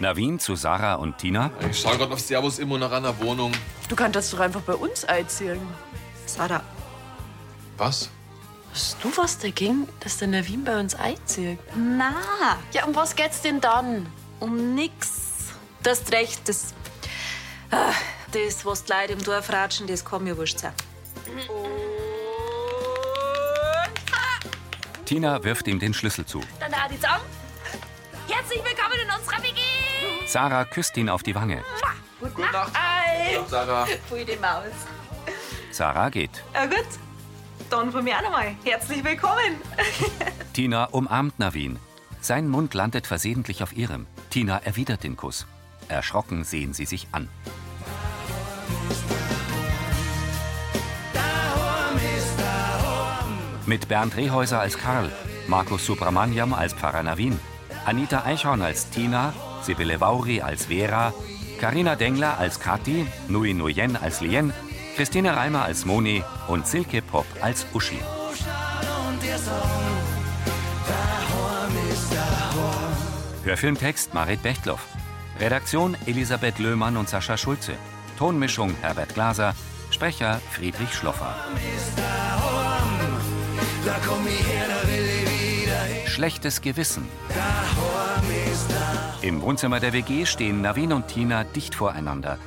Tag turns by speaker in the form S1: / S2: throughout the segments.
S1: Navin zu Sarah und Tina.
S2: Ich schaue gerade auf Servus immer nach einer Wohnung.
S3: Du kannst das doch einfach bei uns erzählen.
S4: Sada,
S2: Was?
S5: Hast du was dagegen, dass der Navin bei uns einzieht?
S4: na,
S5: Ja, um was geht's denn dann?
S4: um nix. Das recht, das. ah, Das, was die Leute im Dorf ratschen, das kann mir wurscht sein.
S1: Tina wirft ihm den Schlüssel zu.
S6: Dann da die Zahn. Herzlich willkommen in unserer WG.
S1: Sarah küsst ihn auf die Wange.
S2: Gute Nacht. Sarah.
S4: Pfui die Maus.
S1: Sarah geht.
S4: Ja, gut. Dann von mir auch nochmal. Herzlich willkommen.
S1: Tina umarmt Navin. Sein Mund landet versehentlich auf ihrem. Tina erwidert den Kuss. Erschrocken sehen sie sich an. Mit Bernd Rehäuser als Karl, Markus Subramaniam als Pfarrer Navin, Anita Eichhorn als Tina, Sibylle Vauri als Vera, Karina Dengler als Kathi, Nui Nuyen als Lien, Christine Reimer als Moni und Silke Pop als Uschi. Hörfilmtext Marit Bechtloff. Redaktion Elisabeth Löhmann und Sascha Schulze. Tonmischung Herbert Glaser. Sprecher Friedrich Schloffer. Schlechtes Gewissen. Im Wohnzimmer der WG stehen Navin und Tina dicht voreinander.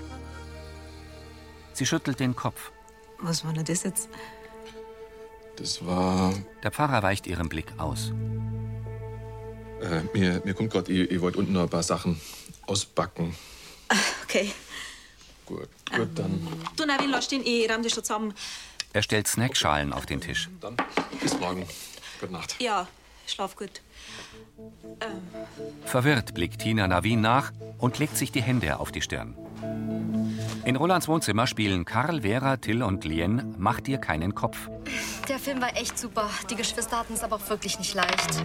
S1: Sie schüttelt den Kopf.
S4: Was war denn das jetzt?
S2: Das war.
S1: Der Pfarrer weicht ihrem Blick aus.
S2: Äh, mir, mir kommt gerade, ich, ich wollte unten noch ein paar Sachen ausbacken.
S4: Okay.
S2: Gut, gut, dann,
S4: Du, Navin, lass den, ich rahm das schon zusammen.
S1: Er stellt Snackschalen auf den Tisch.
S2: dann bis morgen. Gute Nacht.
S4: Ja, schlaf gut.
S7: Ähm.
S1: Verwirrt blickt Tina Navin nach und legt sich die Hände auf die Stirn. In Rolands Wohnzimmer spielen Karl, Vera, Till und Lien Mach dir keinen Kopf.
S6: Der Film war echt super. Die Geschwister hatten es aber auch wirklich nicht leicht.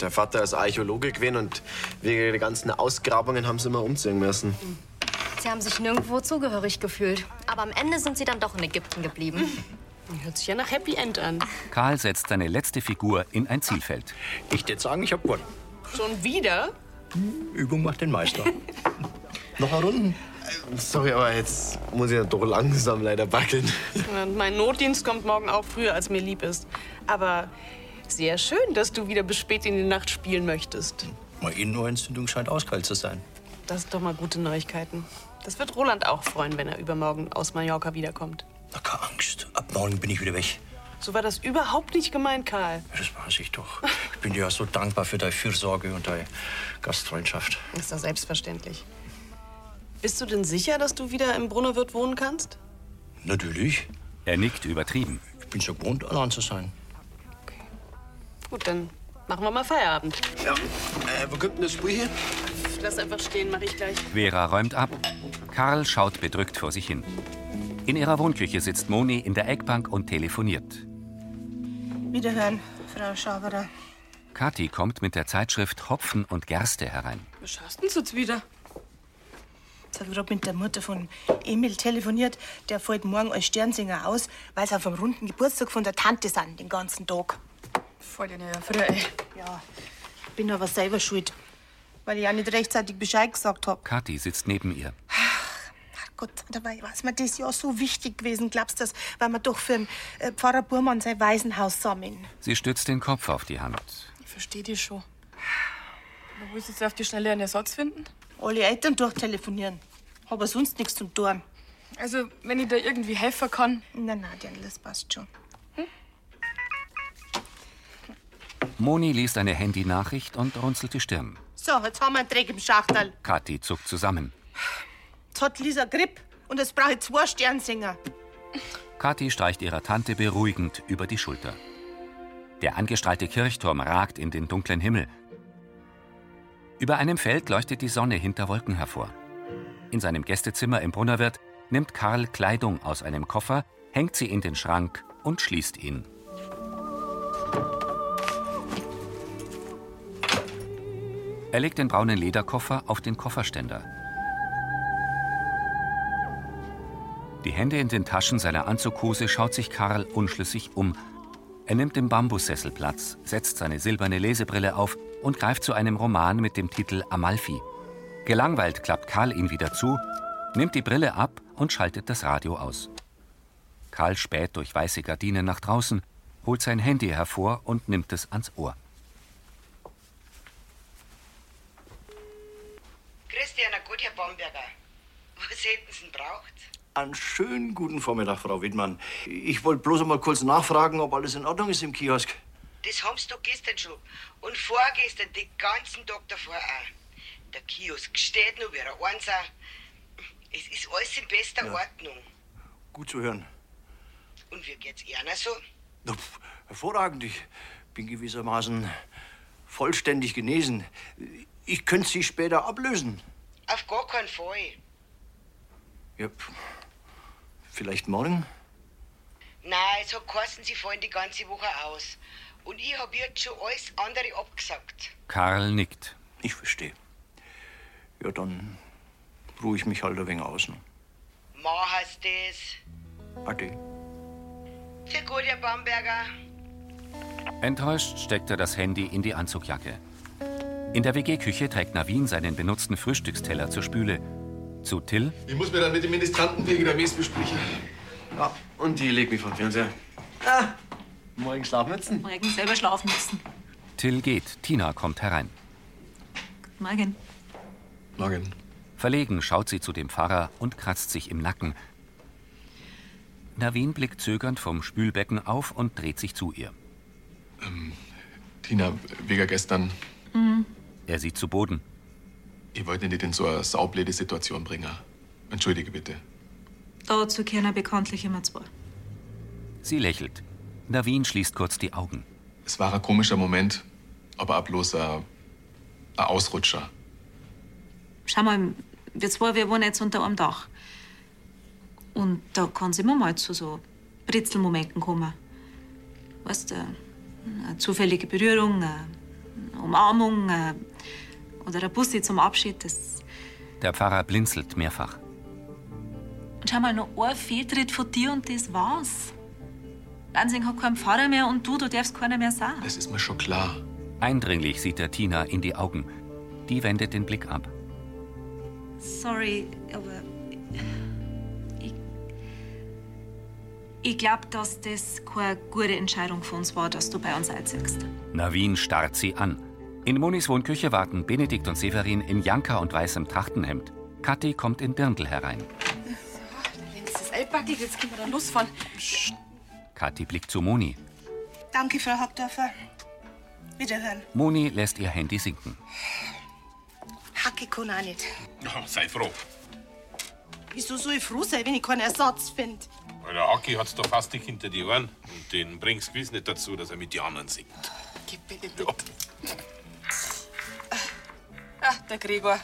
S8: Der Vater ist Archäologe gewesen und wegen der ganzen Ausgrabungen haben sie immer umziehen müssen.
S6: Sie haben sich nirgendwo zugehörig gefühlt. Aber am Ende sind sie dann doch in Ägypten geblieben.
S5: Hört sich ja nach Happy End an.
S1: Karl setzt seine letzte Figur in ein Zielfeld.
S8: Ich würde sagen, ich hab gewonnen.
S5: Schon wieder?
S8: Übung macht den Meister. Noch eine Runde? Sorry, aber jetzt muss ich ja doch langsam leider backen.
S5: Und mein Notdienst kommt morgen auch früher, als mir lieb ist. Aber sehr schön, dass du wieder bis spät in die Nacht spielen möchtest.
S9: Meine Innenohrentzündung scheint auskalt zu sein.
S5: Das sind doch mal gute Neuigkeiten. Das wird Roland auch freuen, wenn er übermorgen aus Mallorca wiederkommt.
S9: Na, keine Angst. Ab morgen bin ich wieder weg.
S5: So war das überhaupt nicht gemeint, Karl.
S9: Das weiß ich doch. Ich bin dir ja so dankbar für deine Fürsorge und deine Gastfreundschaft.
S5: Ist doch selbstverständlich. Bist du denn sicher, dass du wieder im Brunnerwirt wohnen kannst?
S9: Natürlich.
S1: Er nickt übertrieben.
S9: Ich bin so gewohnt, allein zu sein.
S5: Gut, dann machen wir mal Feierabend.
S8: Ja. Äh, wo kommt denn das Spiel hier?
S5: Ich lass einfach stehen, mache ich gleich.
S1: Vera räumt ab. Karl schaut bedrückt vor sich hin. In ihrer Wohnküche sitzt Moni in der Eckbank und telefoniert.
S10: Wiederhören, Frau Schaberer.
S1: Kathi kommt mit der Zeitschrift Hopfen und Gerste herein.
S3: Was schaust denn jetzt wieder?
S10: Jetzt habe ich gerade mit der Mutter von Emil telefoniert. Der fällt morgen als Sternsinger aus, weil sie auf dem runden Geburtstag von der Tante sind, den ganzen Tag.
S3: Voll in der Früh. ey.
S10: Ja, ich bin aber selber schuld, weil ich ja nicht rechtzeitig Bescheid gesagt habe.
S1: Kathi sitzt neben ihr.
S10: Gott, dabei war es mir das Jahr so wichtig gewesen, glaubst du das? Weil wir doch für den äh, Pfarrer Burmann sein Waisenhaus sammeln.
S1: Sie stützt den Kopf auf die Hand.
S3: Ich verstehe dich schon. Aber wo ist jetzt auf die Schnelle einen Ersatz finden?
S10: Alle Eltern durchtelefonieren. Aber sonst nichts zum Tun.
S3: Also, wenn ich da irgendwie helfen kann.
S10: Na, na, Dirndl, das passt schon.
S1: Moni liest eine Handynachricht und runzelt die Stirn.
S10: So, jetzt haben wir einen Dreck im Schachtel.
S1: Kathi zuckt zusammen.
S10: Jetzt hat Lisa Grip und jetzt brauche ich zwei Sternsinger.
S1: Kathi streicht ihrer Tante beruhigend über die Schulter. Der angestrahlte Kirchturm ragt in den dunklen Himmel. Über einem Feld leuchtet die Sonne hinter Wolken hervor. In seinem Gästezimmer im Brunnerwirt nimmt Karl Kleidung aus einem Koffer, hängt sie in den Schrank und schließt ihn. Er legt den braunen Lederkoffer auf den Kofferständer. Die Hände in den Taschen seiner Anzughose schaut sich Karl unschlüssig um. Er nimmt im Bambussessel Platz, setzt seine silberne Lesebrille auf und greift zu einem Roman mit dem Titel Amalfi. Gelangweilt klappt Karl ihn wieder zu, nimmt die Brille ab und schaltet das Radio aus. Karl späht durch weiße Gardinen nach draußen, holt sein Handy hervor und nimmt es ans Ohr.
S11: Christian, ein guter Bamberger. Was hätten Sie denn braucht?
S9: Einen schönen guten Vormittag, Frau Wittmann. Ich wollte bloß einmal kurz nachfragen, ob alles in Ordnung ist im Kiosk.
S11: Das haben Sie doch gestern schon. Und vorgestern den ganzen Tag davor auch. Der Kiosk steht nur wie ein Einser. Es ist alles in bester
S9: Ja.
S11: Ordnung.
S9: Gut zu hören.
S11: Und wie geht's Ihnen so?
S9: Na, pf, hervorragend. Ich bin gewissermaßen vollständig genesen. Ich könnte Sie später ablösen.
S11: Auf gar keinen Fall.
S9: Ja, pf, vielleicht morgen?
S11: Nein, es hat geheißen, Sie fallen die ganze Woche aus. Und ich habe jetzt schon alles andere abgesagt.
S1: Karl nickt.
S9: Ich verstehe. Ja, dann ruhe ich mich halt ein wenig aus. ne?
S11: Mach es das.
S9: Ade.
S11: Für guter Bamberger.
S1: Enttäuscht steckt er das Handy in die Anzugjacke. In der WG-Küche trägt Navin seinen benutzten Frühstücksteller zur Spüle. Zu Till,
S2: Ich muss mir dann mit dem Ministranten wegen der Mies besprechen. Ja, und die legt mich vom Fernseher.
S8: Ah, Morgen Schlafmützen.
S7: Morgen selber schlafen müssen.
S1: Till geht, Tina kommt herein.
S7: Morgen.
S2: Morgen.
S1: Verlegen schaut sie zu dem Pfarrer und kratzt sich im Nacken. Navin blickt zögernd vom Spülbecken auf und dreht sich zu ihr.
S2: Tina, wegen gestern.
S7: Mhm.
S1: Er sieht zu Boden.
S2: Ich wollte nicht in so eine saublöde Situation bringen. Entschuldige bitte.
S7: Dazu kennen bekanntlich immer zwei.
S1: Sie lächelt. Navin schließt kurz die Augen.
S2: Es war ein komischer Moment, aber auch bloß ein, ein Ausrutscher.
S7: Schau mal, wir zwei, wir wohnen jetzt unter einem Dach. Und da kann es immer mal zu so Britzelmomenten kommen. Weißt du, eine zufällige Berührung, eine Umarmung äh, oder ein Bussi zum Abschied. Das
S1: Der Pfarrer blinzelt mehrfach.
S7: und schau mal, noch ein Fehltritt von dir und das war's. Lansing hat keinen Pfarrer mehr und du, du darfst keiner mehr sein.
S2: Das ist mir schon klar.
S1: Eindringlich sieht er Tina in die Augen. Die wendet den Blick ab.
S7: Sorry, aber ich, ich glaube, dass das keine gute Entscheidung von uns war, dass du bei uns einziehst.
S1: Navin starrt sie an. In Monis Wohnküche warten Benedikt und Severin in Janka und weißem Trachtenhemd. Kathi kommt in Dirndl herein.
S3: Links ist altbackig, jetzt können wir da losfahren.
S1: Kathi blickt zu Moni.
S10: Danke, Frau Hackdorfer. Wiederhören.
S1: Moni lässt ihr Handy sinken.
S10: Hacke kann auch nicht.
S12: sei froh.
S10: Wieso soll ich froh sein, wenn ich keinen Ersatz finde?
S12: Weil der Aki hat's doch fast nicht hinter die Ohren. Und den bringst gewiss nicht dazu, dass er mit den anderen singt.
S13: Ah,
S3: Ach, der Gregor.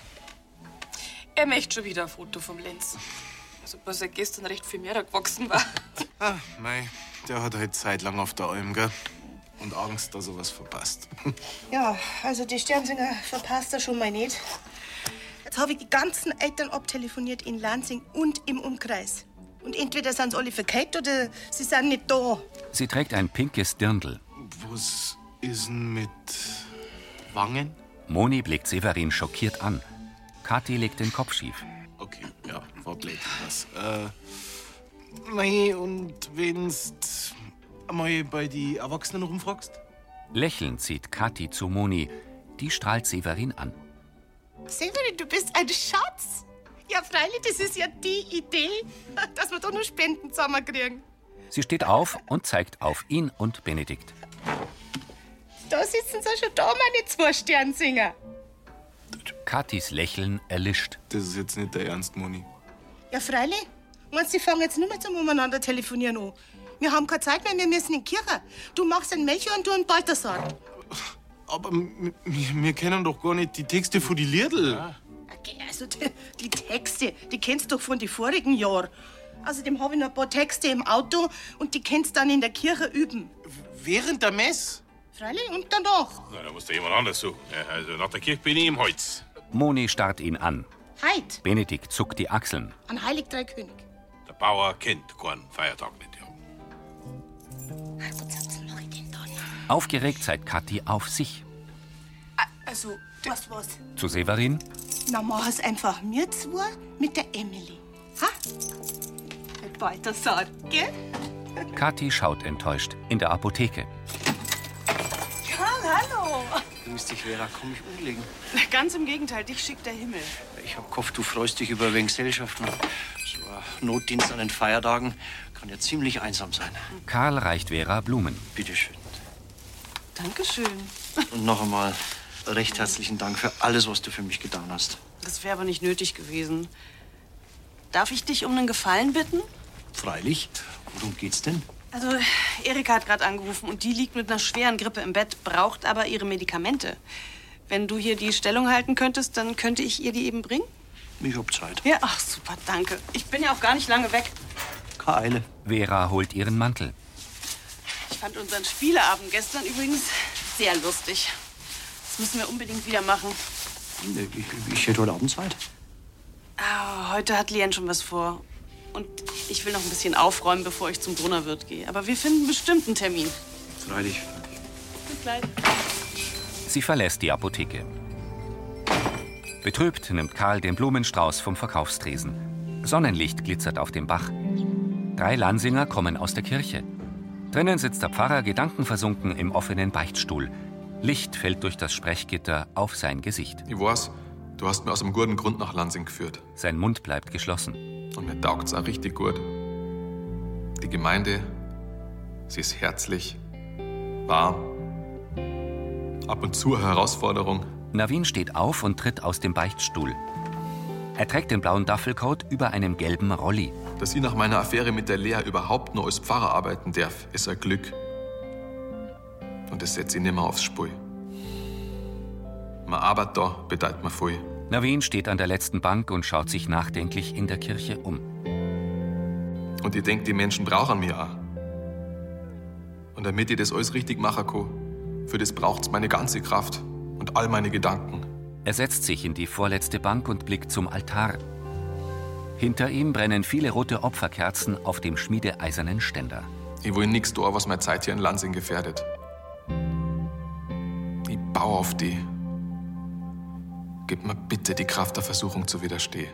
S3: Er möchte schon wieder ein Foto vom Lenz. Also, was er gestern recht viel mehr da gewachsen war.
S14: Ah, mei, der hat halt zeitlang auf der Alm, gell? Und Angst, dass er was verpasst.
S10: Ja, also die Sternsinger verpasst er schon mal nicht. Jetzt habe ich die ganzen Eltern abtelefoniert in Lansing und im Umkreis. Und entweder sind sie alle verkehrt oder sie sind nicht da.
S1: Sie trägt ein pinkes Dirndl.
S14: Was ist denn mit Wangen?
S1: Moni blickt Severin schockiert an. Kathi legt den Kopf schief.
S14: Okay, ja, wortlich was. Äh, mei, und wenn's mal bei die Erwachsenen rumfragst?
S1: Lächelnd zieht Kathi zu Moni. Die strahlt Severin an.
S10: Severin, du bist ein Schatz. Ja, freilich, das ist ja die Idee, dass wir da nur Spenden zusammenkriegen.
S1: Sie steht auf und zeigt auf ihn und Benedikt.
S10: Da sitzen sie schon da, meine zwei Sternsinger.
S1: Kathis Lächeln erlischt.
S14: Das ist jetzt nicht der Ernst, Moni.
S10: Ja, freilich. Meinst du, die fangen jetzt nur mehr zum Umeinander telefonieren an? Wir haben keine Zeit mehr, wir müssen in die Kirche. Du machst einen Melchior und du einen Balthasar.
S14: Aber m- m- wir kennen doch gar nicht die Texte von die Liedl.
S10: Okay, also die, die Texte, die kennst du doch von den vorigen Jahren. Außerdem habe ich noch ein paar Texte im Auto und die kannst du dann in der Kirche üben.
S14: Während der Mess?
S10: Freilich und danach.
S12: Na, da muss da jemand anders suchen. Ja, Also nach der Kirche bin ich im Holz.
S1: Moni starrt ihn an.
S10: Heit,
S1: Benedikt zuckt die Achseln.
S10: an Heilig Drei König.
S12: Der Bauer kennt keinen Feiertag nicht.
S1: Aufgeregt zeigt Kathi auf sich.
S3: Also, du weißt was?
S1: Zu Severin.
S10: Na, mach es einfach mir zwei mit der Emily. Ha? Mit Balthasar, gell?
S1: Kathi schaut enttäuscht in der Apotheke.
S5: Ja, hallo.
S9: Grüß dich, Vera. Komm ich umlegen.
S5: Ganz im Gegenteil, dich schickt der Himmel.
S9: Ich hab gehofft, du freust dich über wegen Gesellschaften. ne? So ein Notdienst an den Feiertagen kann ja ziemlich einsam sein.
S1: Karl reicht Vera Blumen.
S9: Bitteschön.
S5: Dankeschön.
S9: Und noch einmal recht herzlichen Dank für alles, was du für mich getan hast.
S5: Das wäre aber nicht nötig gewesen. Darf ich dich um einen Gefallen bitten?
S9: Freilich. Worum geht's denn?
S5: Also, Erika hat gerade angerufen und die liegt mit einer schweren Grippe im Bett, braucht aber ihre Medikamente. Wenn du hier die Stellung halten könntest, dann könnte ich ihr die eben bringen.
S9: Ich hab Zeit.
S5: Ja, ach super, danke. Ich bin ja auch gar nicht lange weg.
S9: Keine Eile.
S1: Vera holt ihren Mantel.
S5: Ich fand unseren Spieleabend gestern übrigens sehr lustig. Das müssen wir unbedingt wieder machen.
S9: Ich, ich hätte heute Abend Zeit.
S5: Ah, heute hat Lien schon was vor. Und ich will noch ein bisschen aufräumen, bevor ich zum Brunnerwirt gehe. Aber wir finden bestimmt einen Termin.
S9: Freilich.
S5: Bis gleich.
S1: Sie verlässt die Apotheke. Betrübt nimmt Karl den Blumenstrauß vom Verkaufstresen. Sonnenlicht glitzert auf dem Bach. Drei Lansinger kommen aus der Kirche. Drinnen sitzt der Pfarrer gedankenversunken im offenen Beichtstuhl. Licht fällt durch das Sprechgitter auf sein Gesicht.
S2: Ich weiß, du hast mir aus einem guten Grund nach Lansing geführt.
S1: Sein Mund bleibt geschlossen.
S2: Und mir taugt's auch richtig gut. Die Gemeinde, sie ist herzlich, warm, ab und zu eine Herausforderung.
S1: Navin steht auf und tritt aus dem Beichtstuhl. Er trägt den blauen Duffelcoat über einem gelben Rolli.
S2: Dass ich nach meiner Affäre mit der Lea überhaupt nur als Pfarrer arbeiten darf, ist ein Glück. Und das setzt ich nimmer aufs Spiel. Man arbeitet da, bedeutet man viel.
S1: Navin steht an der letzten Bank und schaut sich nachdenklich in der Kirche um.
S2: Und ich denke, die Menschen brauchen ah? mich auch. Und damit ich das alles richtig machen kann, für das braucht's meine ganze Kraft und all meine Gedanken.
S1: Er setzt sich in die vorletzte Bank und blickt zum Altar. Hinter ihm brennen viele rote Opferkerzen auf dem schmiedeeisernen Ständer.
S2: Ich will nichts tun, was meine Zeit hier in Lansing gefährdet. Ich baue auf die. Gib mir bitte die Kraft der Versuchung zu widerstehen.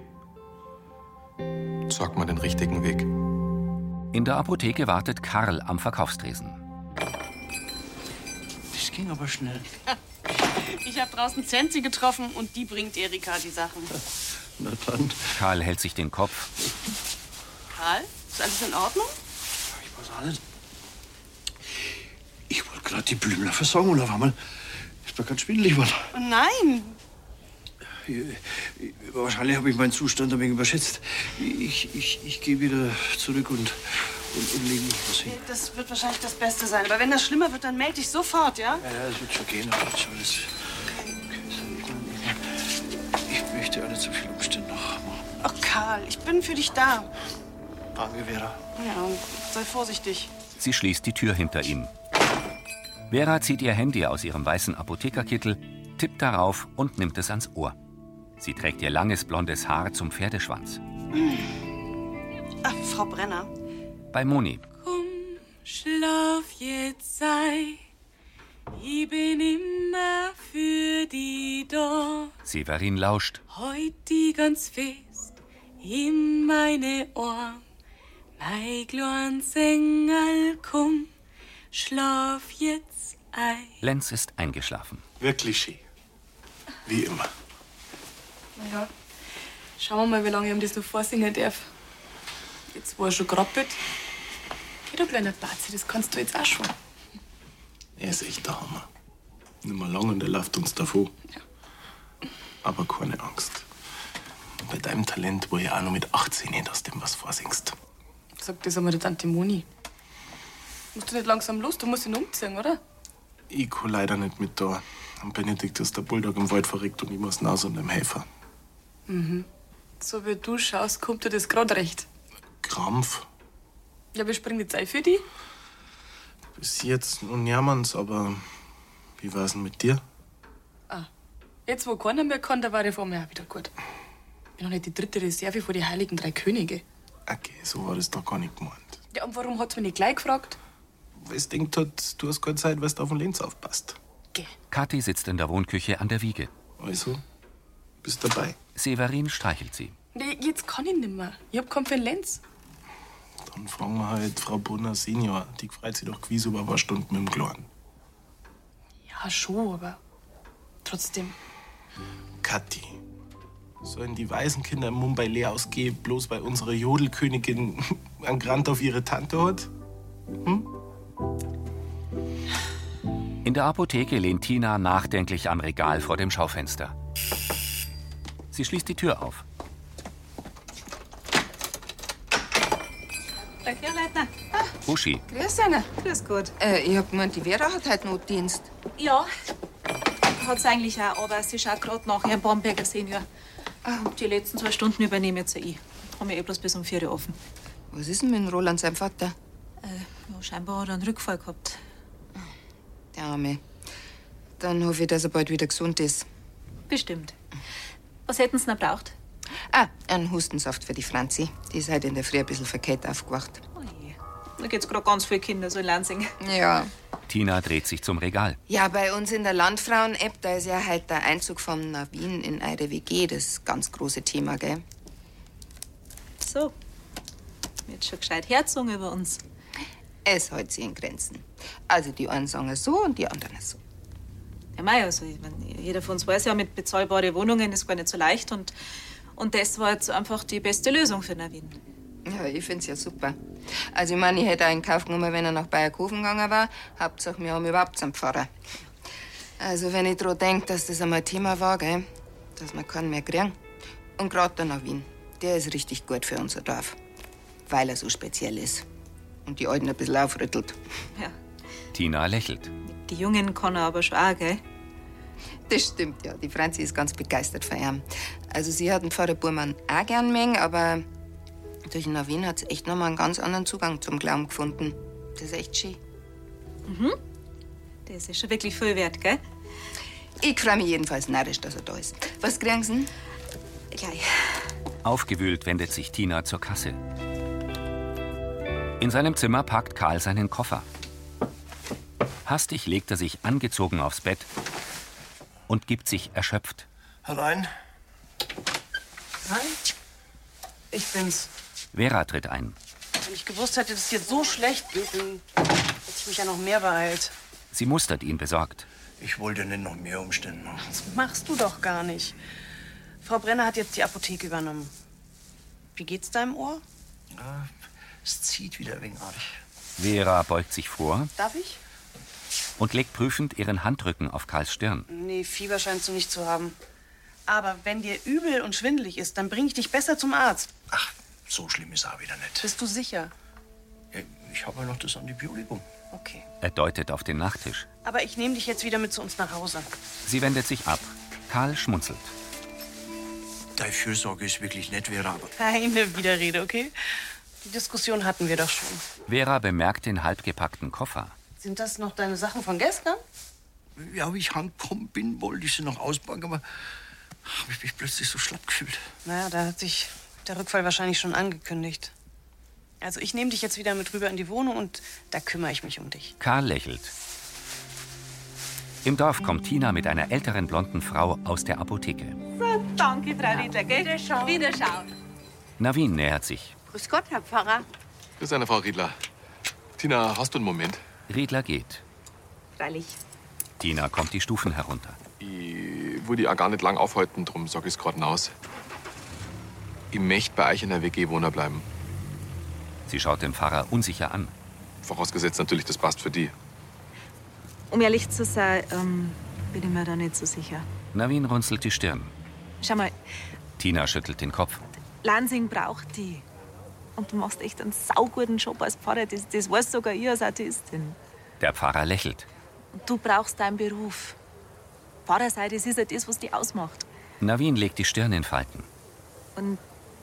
S2: Zeig mir den richtigen Weg.
S1: In der Apotheke wartet Karl am Verkaufstresen.
S9: Das ging aber schnell.
S5: Ich habe draußen Zenzi getroffen und die bringt Erika die Sachen.
S9: Na dann.
S1: Karl hält sich den Kopf.
S5: Karl, ist alles in Ordnung?
S9: Was alles? Ich wollte gerade die Blümler versorgen und auf einmal ist mir ganz schwindelig geworden.
S5: Oh nein,
S9: Ich- ich- Wahrscheinlich habe ich meinen Zustand ein wenig überschätzt. Ich, ich, ich gehe wieder zurück und, und, und lege mich was hin.
S5: das wird wahrscheinlich das Beste sein. Aber wenn das schlimmer wird, dann melde dich sofort, ja?
S9: Ja, ja, es wird schon gehen. aber es ist Alles. Okay, so, ich, meine, ich, ich möchte alle zu viel Umstände noch machen.
S5: Ach, Karl, ich bin für dich da.
S9: Danke, Vera.
S5: Ja, sei vorsichtig.
S1: Sie schließt die Tür hinter ihm. Vera zieht ihr Handy aus ihrem weißen Apothekerkittel, tippt darauf und nimmt es ans Ohr. Sie trägt ihr langes blondes Haar zum Pferdeschwanz.
S5: Ach, Frau Brenner.
S1: Bei Moni.
S13: Schlaf jetzt sei, ich bin immer für die da.
S1: Severin lauscht.
S13: Heut die ganz fest in meine Ohren. Mein kleinen Sengel, komm, schlaf jetzt ein.
S1: Lenz ist eingeschlafen.
S14: Wirklich schön. Wie immer.
S13: Ja, schauen wir mal, wie lange ich ihm das noch vorsingen darf. Jetzt war er schon grappelt. Geh du, kleiner Bazi, das kannst du jetzt auch schon.
S14: Er ist echt der Hammer. Nicht mehr lang und er läuft uns davon. Aber keine Angst. Bei deinem Talent, wo ja auch noch mit 18 nicht aus dem was vorsingst.
S13: Sag das einmal der Tante Moni. Musst du nicht langsam los, du musst ihn umziehen, oder?
S14: Ich kann leider nicht mit da. Und Benedikt ist der Bulldog im Wald verrückt und ich muss nach so einem Helfer.
S13: Mhm. So wie du schaust, kommt dir das gerade recht.
S14: Krampf?
S13: Ja, wir springen jetzt ein für dich.
S14: Bis jetzt nun jammerns, aber wie war's denn mit dir?
S13: Ah, Jetzt, wo keiner mehr kann, da war die Form ja auch wieder gut. Ich bin noch nicht die dritte Reserve vor die Heiligen Drei Könige.
S14: Okay, so war das doch gar nicht gemeint.
S13: Ja, und warum hat's mich nicht gleich gefragt?
S14: Weil es denkt hat, du hast keine Zeit, weil du auf den Lenz aufpasst.
S1: Kathi sitzt in der Wohnküche an der Wiege.
S14: Also, bist dabei.
S1: Severin streichelt sie.
S13: Nee, jetzt kann ich nimmer. Ich hab Konferenz.
S14: Dann fragen wir halt Frau Brunner Senior. Die freut sich doch gewiss über ein paar Stunden mit dem Kleinen.
S13: Ja, schon, aber trotzdem.
S14: Kathi. Sollen die Waisenkinder in Mumbai leer ausgehen, bloß weil unsere Jodelkönigin einen Grand auf ihre Tante hat?
S1: In der Apotheke lehnt Tina nachdenklich am Regal vor dem Schaufenster. Sie schließt die Tür auf.
S7: Ja, Leitner.
S1: Uschi,
S15: Grüß einer.
S7: Grüß Gott.
S15: Äh, ich hab gemeint, die Vera hat heute Notdienst.
S7: Ja, hat's eigentlich auch, aber sie schaut gerade nach ihrem Bamberger Senior. Ah, Die letzten zwei Stunden übernehme jetzt ich. Haben wir eh bloß bis um 4 Uhr offen. Äh,
S15: Was ist denn mit dem Roland, seinem Vater?
S7: Ja, scheinbar hat er einen Rückfall gehabt.
S15: Der Arme. Dann hoffe ich, dass er bald wieder gesund ist.
S7: Bestimmt. Was hätten sie noch braucht?
S15: Ah, einen Hustensaft für die Franzi. Die ist heute in der Früh ein bisschen verkehrt aufgewacht.
S7: Da geht's gerade ganz viele Kinder so in Lansing.
S15: Ja.
S1: Tina dreht sich zum Regal.
S15: Ja, bei uns in der Landfrauen-App, da ist ja heute der Einzug von Navin in eure WG das ganz große Thema, gell?
S7: So. Wird schon gescheit Herzung über uns.
S15: Es hält sich in Grenzen. Also die einen sagen es so und die anderen so.
S7: Ja, mei, also ich mein, jeder von uns weiß ja, mit bezahlbaren Wohnungen ist gar nicht so leicht und, und das war jetzt einfach die beste Lösung für Navin.
S15: Ja, ich find's ja super. Also ich meine, ich hätte auch in Kauf genommen, wenn er nach Bayerkofen gegangen war. Hauptsache, wir haben überhaupt einen Pfarrer. Also wenn ich dran denke, dass das einmal Thema war, gell? dass wir keinen mehr kriegen. Und gerade dann nach Wien. Der ist richtig gut für unser Dorf. Weil er so speziell ist. Und die Alten ein bisschen aufrüttelt.
S1: Tina lächelt.
S7: Die Jungen kann er aber schon auch, gell?
S15: Das stimmt, ja. Die Franzi ist ganz begeistert von ihm. Also sie hat den Pfarrer Burmann auch gern mengen, aber durch den Navin hat sie echt nochmal einen ganz anderen Zugang zum Glauben gefunden. Das ist echt schön.
S7: Mhm. Das ist schon wirklich viel wert, gell?
S15: Ich freue mich jedenfalls narrisch, dass er da ist. Was kriegen Sie?
S7: Gleich.
S1: Aufgewühlt wendet sich Tina zur Kasse. In seinem Zimmer packt Karl seinen Koffer. Hastig legt er sich angezogen aufs Bett und gibt sich erschöpft.
S16: Herein. Hi. Ich bin's.
S1: Vera tritt ein.
S5: Wenn ich gewusst hätte, dass es dir so schlecht geht, dann hätte ich mich ja noch mehr beeilt.
S1: Sie mustert ihn besorgt.
S16: Ich wollte nicht noch mehr Umstände machen.
S5: Das machst du doch gar nicht. Frau Brenner hat jetzt die Apotheke übernommen. Wie geht's deinem Ohr?
S16: Ja, Ah, es zieht wieder ein wenig arg.
S1: Vera beugt sich vor
S5: Darf ich?
S1: und legt prüfend ihren Handrücken auf Karls Stirn.
S5: Nee, Fieber scheinst du nicht zu haben. Aber wenn dir übel und schwindelig ist, dann bring ich dich besser zum Arzt.
S16: So schlimm ist auch wieder nicht.
S5: Bist du sicher?
S16: Ja, Ich habe ja noch das Antibiotikum.
S5: Okay.
S1: Er deutet auf den Nachttisch.
S5: Aber ich nehme dich jetzt wieder mit zu uns nach Hause.
S1: Sie wendet sich ab. Karl schmunzelt.
S16: Deine Fürsorge ist wirklich nett, Vera, aber
S5: Keine Widerrede, okay? Die Diskussion hatten wir doch schon.
S1: Vera bemerkt den halbgepackten Koffer.
S5: Sind das noch deine Sachen von gestern?
S16: ja, wie ich angekommen bin, wollte ich sie noch auspacken, aber habe ich mich plötzlich so schlapp gefühlt.
S5: Naja, da hat sich der Rückfall wahrscheinlich schon angekündigt. Also ich nehme dich jetzt wieder mit rüber in die Wohnung und da kümmere ich mich um dich.
S1: Karl lächelt. Im Dorf kommt Tina mit einer älteren blonden Frau aus der Apotheke.
S17: So, danke, Frau Ritter, gell? Wiederschauen. Wiederschauen.
S1: Navin nähert sich.
S17: Grüß Gott, Herr Pfarrer.
S2: Grüß eine Frau Riedler. Tina, hast du einen Moment?
S1: Riedler geht.
S17: Freilich.
S1: Tina kommt die Stufen herunter.
S2: Ich würde ja gar nicht lang aufhalten, drum sag ich's gerade aus. Ich möchte bei euch in der WG wohnen bleiben.
S1: Sie schaut den Pfarrer unsicher an.
S2: Vorausgesetzt natürlich, das passt für die.
S7: Um ehrlich zu sein, ähm, bin ich mir da nicht so sicher.
S1: Navin runzelt die Stirn.
S7: Schau mal,
S1: Tina schüttelt den Kopf.
S7: Lansing braucht die. Und du machst echt einen sauguten Job als Pfarrer. Das, das weiß sogar ich als Atheistin.
S1: Der Pfarrer lächelt.
S7: Und du brauchst deinen Beruf. Pfarrer sein, das ist ja das, was dich ausmacht.
S1: Navin legt die Stirn in Falten.
S7: Und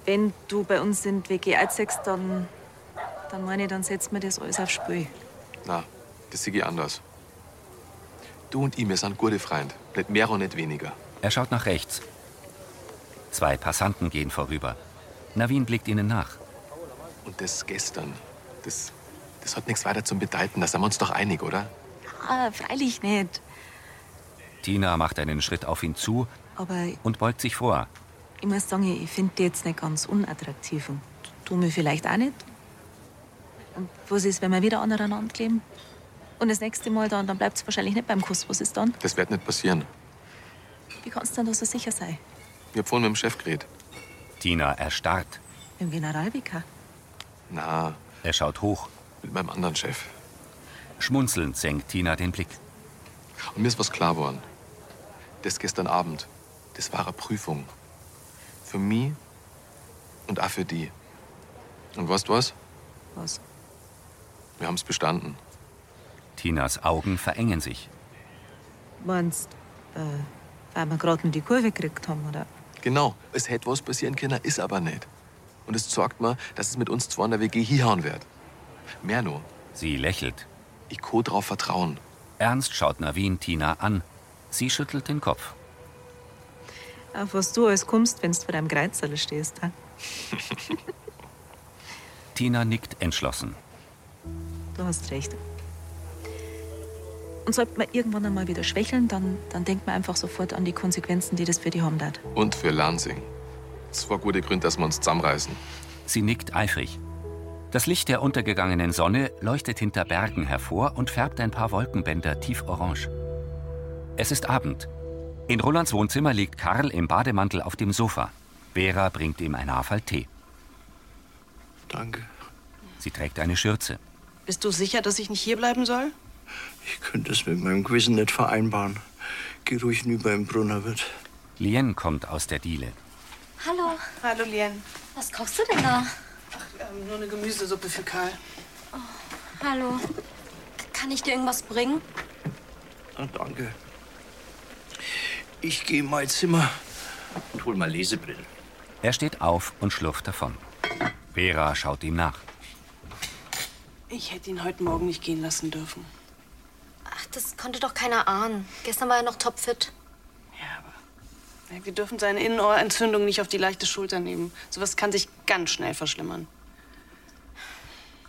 S7: wenn du bei uns in die WG einziehst, dann, dann meine ich, dann setzt mir das alles aufs Spiel.
S2: Na, das sehe ich anders. Du und ich, wir sind gute Freunde. Nicht mehr und nicht weniger.
S1: Er schaut nach rechts. Zwei Passanten gehen vorüber. Navin blickt ihnen nach.
S2: Und das gestern, das, das hat nichts weiter zum Bedeuten. Da sind wir uns doch einig, oder?
S7: Ah, freilich nicht.
S1: Tina macht einen Schritt auf ihn zu
S7: Aber
S1: und beugt sich vor.
S7: ich muss sagen, ich finde die jetzt nicht ganz unattraktiv und du mich vielleicht auch nicht. Und was ist, wenn wir wieder aneinander kleben? Und das nächste Mal dann, dann bleibt es wahrscheinlich nicht beim Kuss. Was ist dann?
S2: Das wird nicht passieren.
S7: Wie kannst du denn da so sicher sein?
S2: Ich hab vorhin mit dem Chef geredet.
S1: Tina erstarrt.
S7: Im Generalvikar.
S2: Na.
S1: Er schaut hoch.
S2: Mit meinem anderen Chef.
S1: Schmunzelnd senkt Tina den Blick.
S2: Und mir ist was klar geworden. Das gestern Abend, das war eine Prüfung. Für mich und auch für die. Und weißt du was?
S7: Was?
S2: Wir haben's bestanden.
S1: Tinas Augen verengen sich.
S7: Meinst äh, weil wir gerade nur die Kurve gekriegt haben, oder?
S2: Genau, es hätte was passieren können, ist aber nicht. Und es zeigt mir, dass es mit uns zwei in der WG hinhauen wird. Mehr nur.
S1: Sie lächelt.
S2: Ich kann drauf vertrauen.
S1: Ernst schaut Navin Tina an. Sie schüttelt den Kopf.
S7: Auf was du alles kommst, wenn du vor deinem Kreuzerl stehst. äh? He?
S1: Tina nickt entschlossen.
S7: Du hast recht. Und sollte man irgendwann einmal wieder schwächeln, dann, dann denkt man einfach sofort an die Konsequenzen, die das für die haben hat.
S2: Und für Lansing. Zwei gute Gründe, dass wir uns zusammenreißen.
S1: Sie nickt eifrig. Das Licht der untergegangenen Sonne leuchtet hinter Bergen hervor und färbt ein paar Wolkenbänder tieforange. Es ist Abend. In Rolands Wohnzimmer liegt Karl im Bademantel auf dem Sofa. Vera bringt ihm ein Haferl Tee.
S16: Danke.
S1: Sie trägt eine Schürze.
S5: Bist du sicher, dass ich nicht hier bleiben soll?
S16: Ich könnte es mit meinem Gewissen nicht vereinbaren. Geh ruhig hinüber im Brunnerwirt.
S1: Lien kommt aus der Diele.
S5: Hallo. Hallo, Lien.
S6: Was kochst du denn da?
S5: Ähm, nur eine Gemüsesuppe für Karl.
S6: Hallo. Kann ich dir irgendwas bringen?
S16: Na, Ah, danke. Ich gehe in mein Zimmer und hol mal Lesebrillen.
S1: Er steht auf und schlurft davon. Vera schaut ihm nach.
S5: Ich hätte ihn heute Morgen nicht gehen lassen dürfen.
S6: Ach, das konnte doch keiner ahnen. Gestern war er noch topfit.
S5: Ja, Wir dürfen seine Innenohrentzündung nicht auf die leichte Schulter nehmen. Sowas kann sich ganz schnell verschlimmern.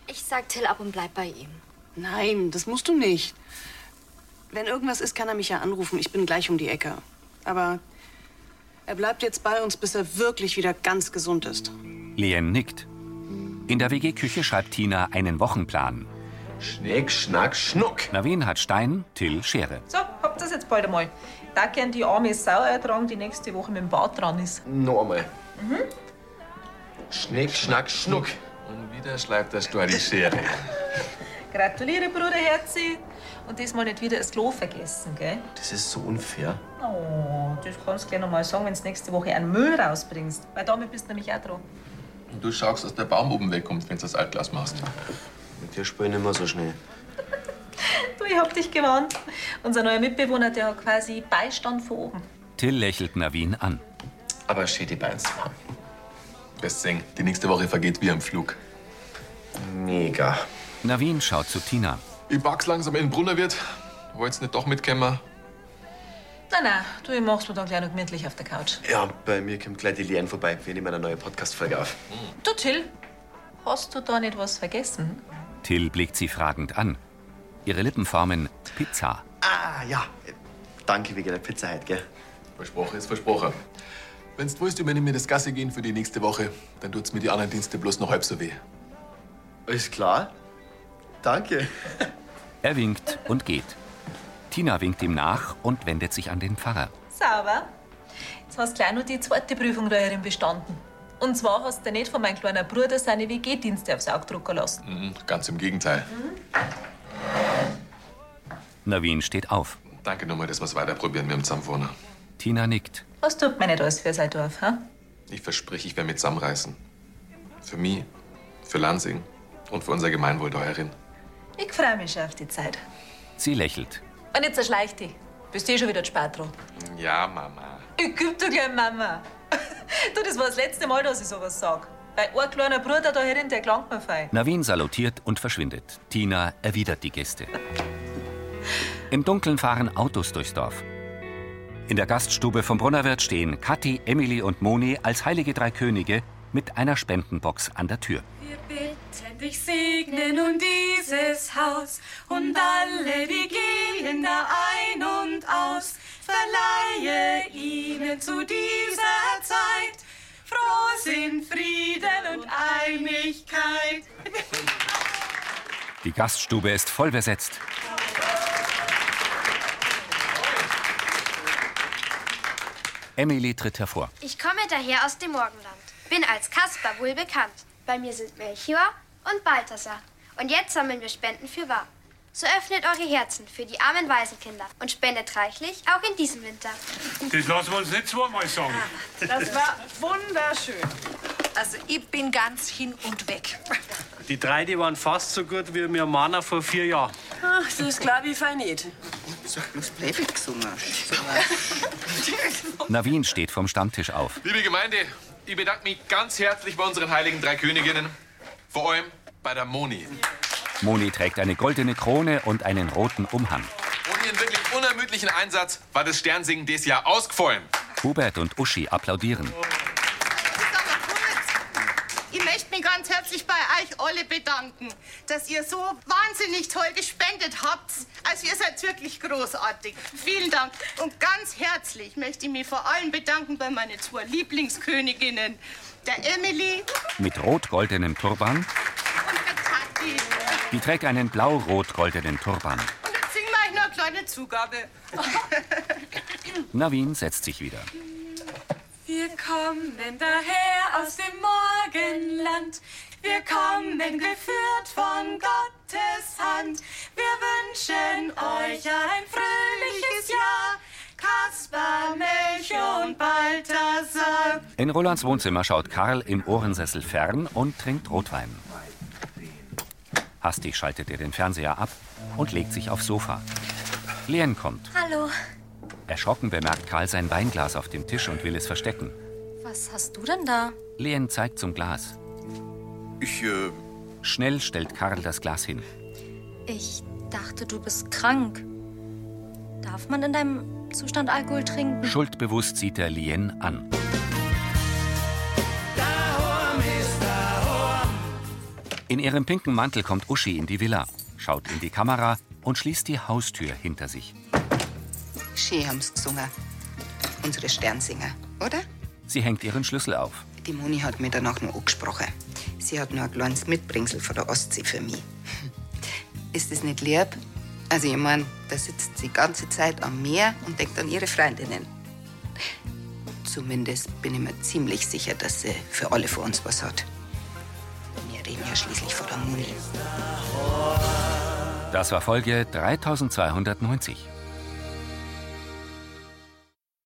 S6: Ich sag Till ab und bleib bei ihm.
S5: Nein, das musst du nicht. Wenn irgendwas ist, kann er mich ja anrufen. Ich bin gleich um die Ecke. Aber er bleibt jetzt bei uns, bis er wirklich wieder ganz gesund ist.
S1: Lien nickt. In der WG-Küche schreibt Tina einen Wochenplan.
S8: Schnick, schnack, schnuck.
S1: Navin hat Stein, Till Schere.
S7: So, habt das jetzt bald einmal. Da gern die arme Sau ertragen, die nächste Woche mit dem Bad dran ist.
S8: Noch einmal.
S7: Mhm.
S8: Schnick, schnack, schnuck.
S2: Und wieder schleift der Stor die Schere.
S7: Gratuliere, Bruder Herzi. Und diesmal nicht wieder das Klo vergessen, gell?
S8: Das ist so unfair.
S7: Oh, das kannst du gleich nochmal sagen, wenn du nächste Woche einen Müll rausbringst. Weil damit bist du nämlich auch dran.
S2: Und du schaust, dass der Baum oben wegkommt, wenn du das Altglas machst.
S8: Mit dir spielen immer so schnell.
S7: Du, ich hab dich gewarnt. Unser neuer Mitbewohner, der hat quasi Beistand von oben.
S1: Till lächelt Navin an.
S2: Aber steht die Beins warm. Wirst sehen, die nächste Woche vergeht wie am Flug.
S8: Mega.
S1: Navin schaut zu Tina.
S2: Ich back's langsam in den Brunner wird. Wollt's nicht doch mitkommen?
S7: Na, na, du, ich mach's mir dann gleich noch gemütlich auf der Couch.
S8: Ja, bei mir kommt gleich die Liane vorbei. Wir nehmen eine neue Podcast-Folge auf.
S7: Du, Till, hast du da nicht was vergessen?
S1: Till blickt sie fragend an. Ihre Lippen formen Pizza.
S8: Ah, ja. Danke wegen der Pizza heute, gell?
S2: Versprochen ist versprochen. Wenn's du willst, übernehmen wir das Gasse gehen für die nächste Woche. Dann tut's mir die anderen Dienste bloß noch halb so weh.
S8: Ist klar. Danke.
S1: Er winkt und geht. Tina winkt ihm nach und wendet sich an den Pfarrer.
S7: Sauber. Jetzt hast du gleich noch die zweite Prüfung da herin bestanden. Und zwar hast du nicht von meinem kleinen Bruder seine WG-Dienste aufs Auge drucken lassen.
S2: Mhm, ganz im Gegenteil.
S1: Navin steht auf.
S2: Danke nochmal, dass wir's weiterprobieren mit dem Zusammenwohner.
S1: Tina nickt.
S7: Was tut man nicht alles für sein Dorf, ha?
S2: Ich verspreche, ich werde mit zusammenreißen. Für mich, für Lansing und für unser Gemeinwohl da herin.
S7: Ich freue mich schon auf die Zeit.
S1: Sie lächelt.
S7: Und jetzt erschleich dich. Bist eh schon wieder zu spät dran.
S2: Ja, Mama.
S7: Ich geb dir gleich Mama. du, das war das letzte Mal, dass ich sowas sag. Weil ein kleiner Bruder da herin, der klangt mir fein.
S1: Navin salutiert und verschwindet. Tina erwidert die Gäste. Im Dunkeln fahren Autos durchs Dorf. In der Gaststube vom Brunnerwirt stehen Kathi, Emily und Moni als heilige drei Könige mit einer Spendenbox an der Tür.
S18: Wir bitten dich, segne nun dieses Haus und alle, die gehen da ein und aus. verleihe ihnen zu dieser Zeit Frohsinn, Frieden und Einigkeit.
S1: Die Gaststube ist voll besetzt. Emily tritt hervor.
S19: Ich komme daher aus dem Morgenland. Bin als Kasper wohl bekannt. Bei mir sind Melchior und Balthasar. Und jetzt sammeln wir Spenden für Warm. So öffnet eure Herzen für die armen Waisenkinder und spendet reichlich auch in diesem Winter.
S12: Das lassen wir uns nicht zweimal sagen.
S19: Ah, Das war wunderschön.
S20: Also ich bin ganz hin und weg.
S21: Die drei, die waren fast so gut wie mir Mana vor vier Jahren.
S5: Ach, das ist klar wie vernäht.
S20: So bloß Playback gesungen.
S1: Navin steht vom Stammtisch auf.
S2: Liebe Gemeinde, ich bedanke mich ganz herzlich bei unseren heiligen drei Königinnen. Vor allem bei der Moni.
S1: Moni trägt eine goldene Krone und einen roten Umhang.
S2: Ohne ihren wirklich unermüdlichen Einsatz war das Sternsingen dieses Jahr ausgefallen.
S1: Hubert und Uschi applaudieren.
S10: Ich möchte mich ganz herzlich bei euch alle bedanken, dass ihr so wahnsinnig toll gespendet habt. Also ihr seid wirklich großartig. Vielen Dank. Und ganz herzlich möchte ich mich vor allem bedanken bei meinen zwei Lieblingsköniginnen, der Emily
S1: Mit rot-goldenem Turban.
S10: Kathi. Und
S1: Die trägt einen blau-rot-goldenen Turban.
S10: jetzt singen wir euch noch eine kleine Zugabe.
S1: Navin setzt sich wieder.
S18: Wir kommen daher aus dem Morgenland. Wir kommen geführt von Gottes Hand. Wir wünschen euch ein fröhliches Jahr. Kaspar, Melchior und Balthasar.
S1: In Rolands Wohnzimmer schaut Karl im Ohrensessel fern und trinkt Rotwein. Hastig schaltet er den Fernseher ab und legt sich aufs Sofa. Leon kommt.
S6: Hallo.
S1: Erschrocken bemerkt Karl sein Weinglas auf dem Tisch und will es verstecken.
S6: Was hast du denn da?
S1: Leon zeigt zum Glas. Ich, Schnell stellt Karl das Glas hin.
S6: Ich dachte, du bist krank. Darf man in deinem Zustand Alkohol trinken?
S1: Schuldbewusst sieht er Lien an. In ihrem pinken Mantel kommt Uschi in die Villa, schaut in die Kamera und schließt die Haustür hinter sich.
S15: Schön haben's gesungen. Unsere Sternsinger, oder?
S1: Sie hängt ihren Schlüssel auf.
S15: Die Moni hat mir danach noch angesprochen. Sie hat noch ein kleines Mitbringsel von der Ostsee für mich. Ist das nicht lieb? Also, ich mein, da sitzt sie die ganze Zeit am Meer und denkt an ihre Freundinnen. Zumindest bin ich mir ziemlich sicher, dass sie für alle von uns was hat. Wir reden ja schließlich von der Moni.
S1: Das war Folge 3290.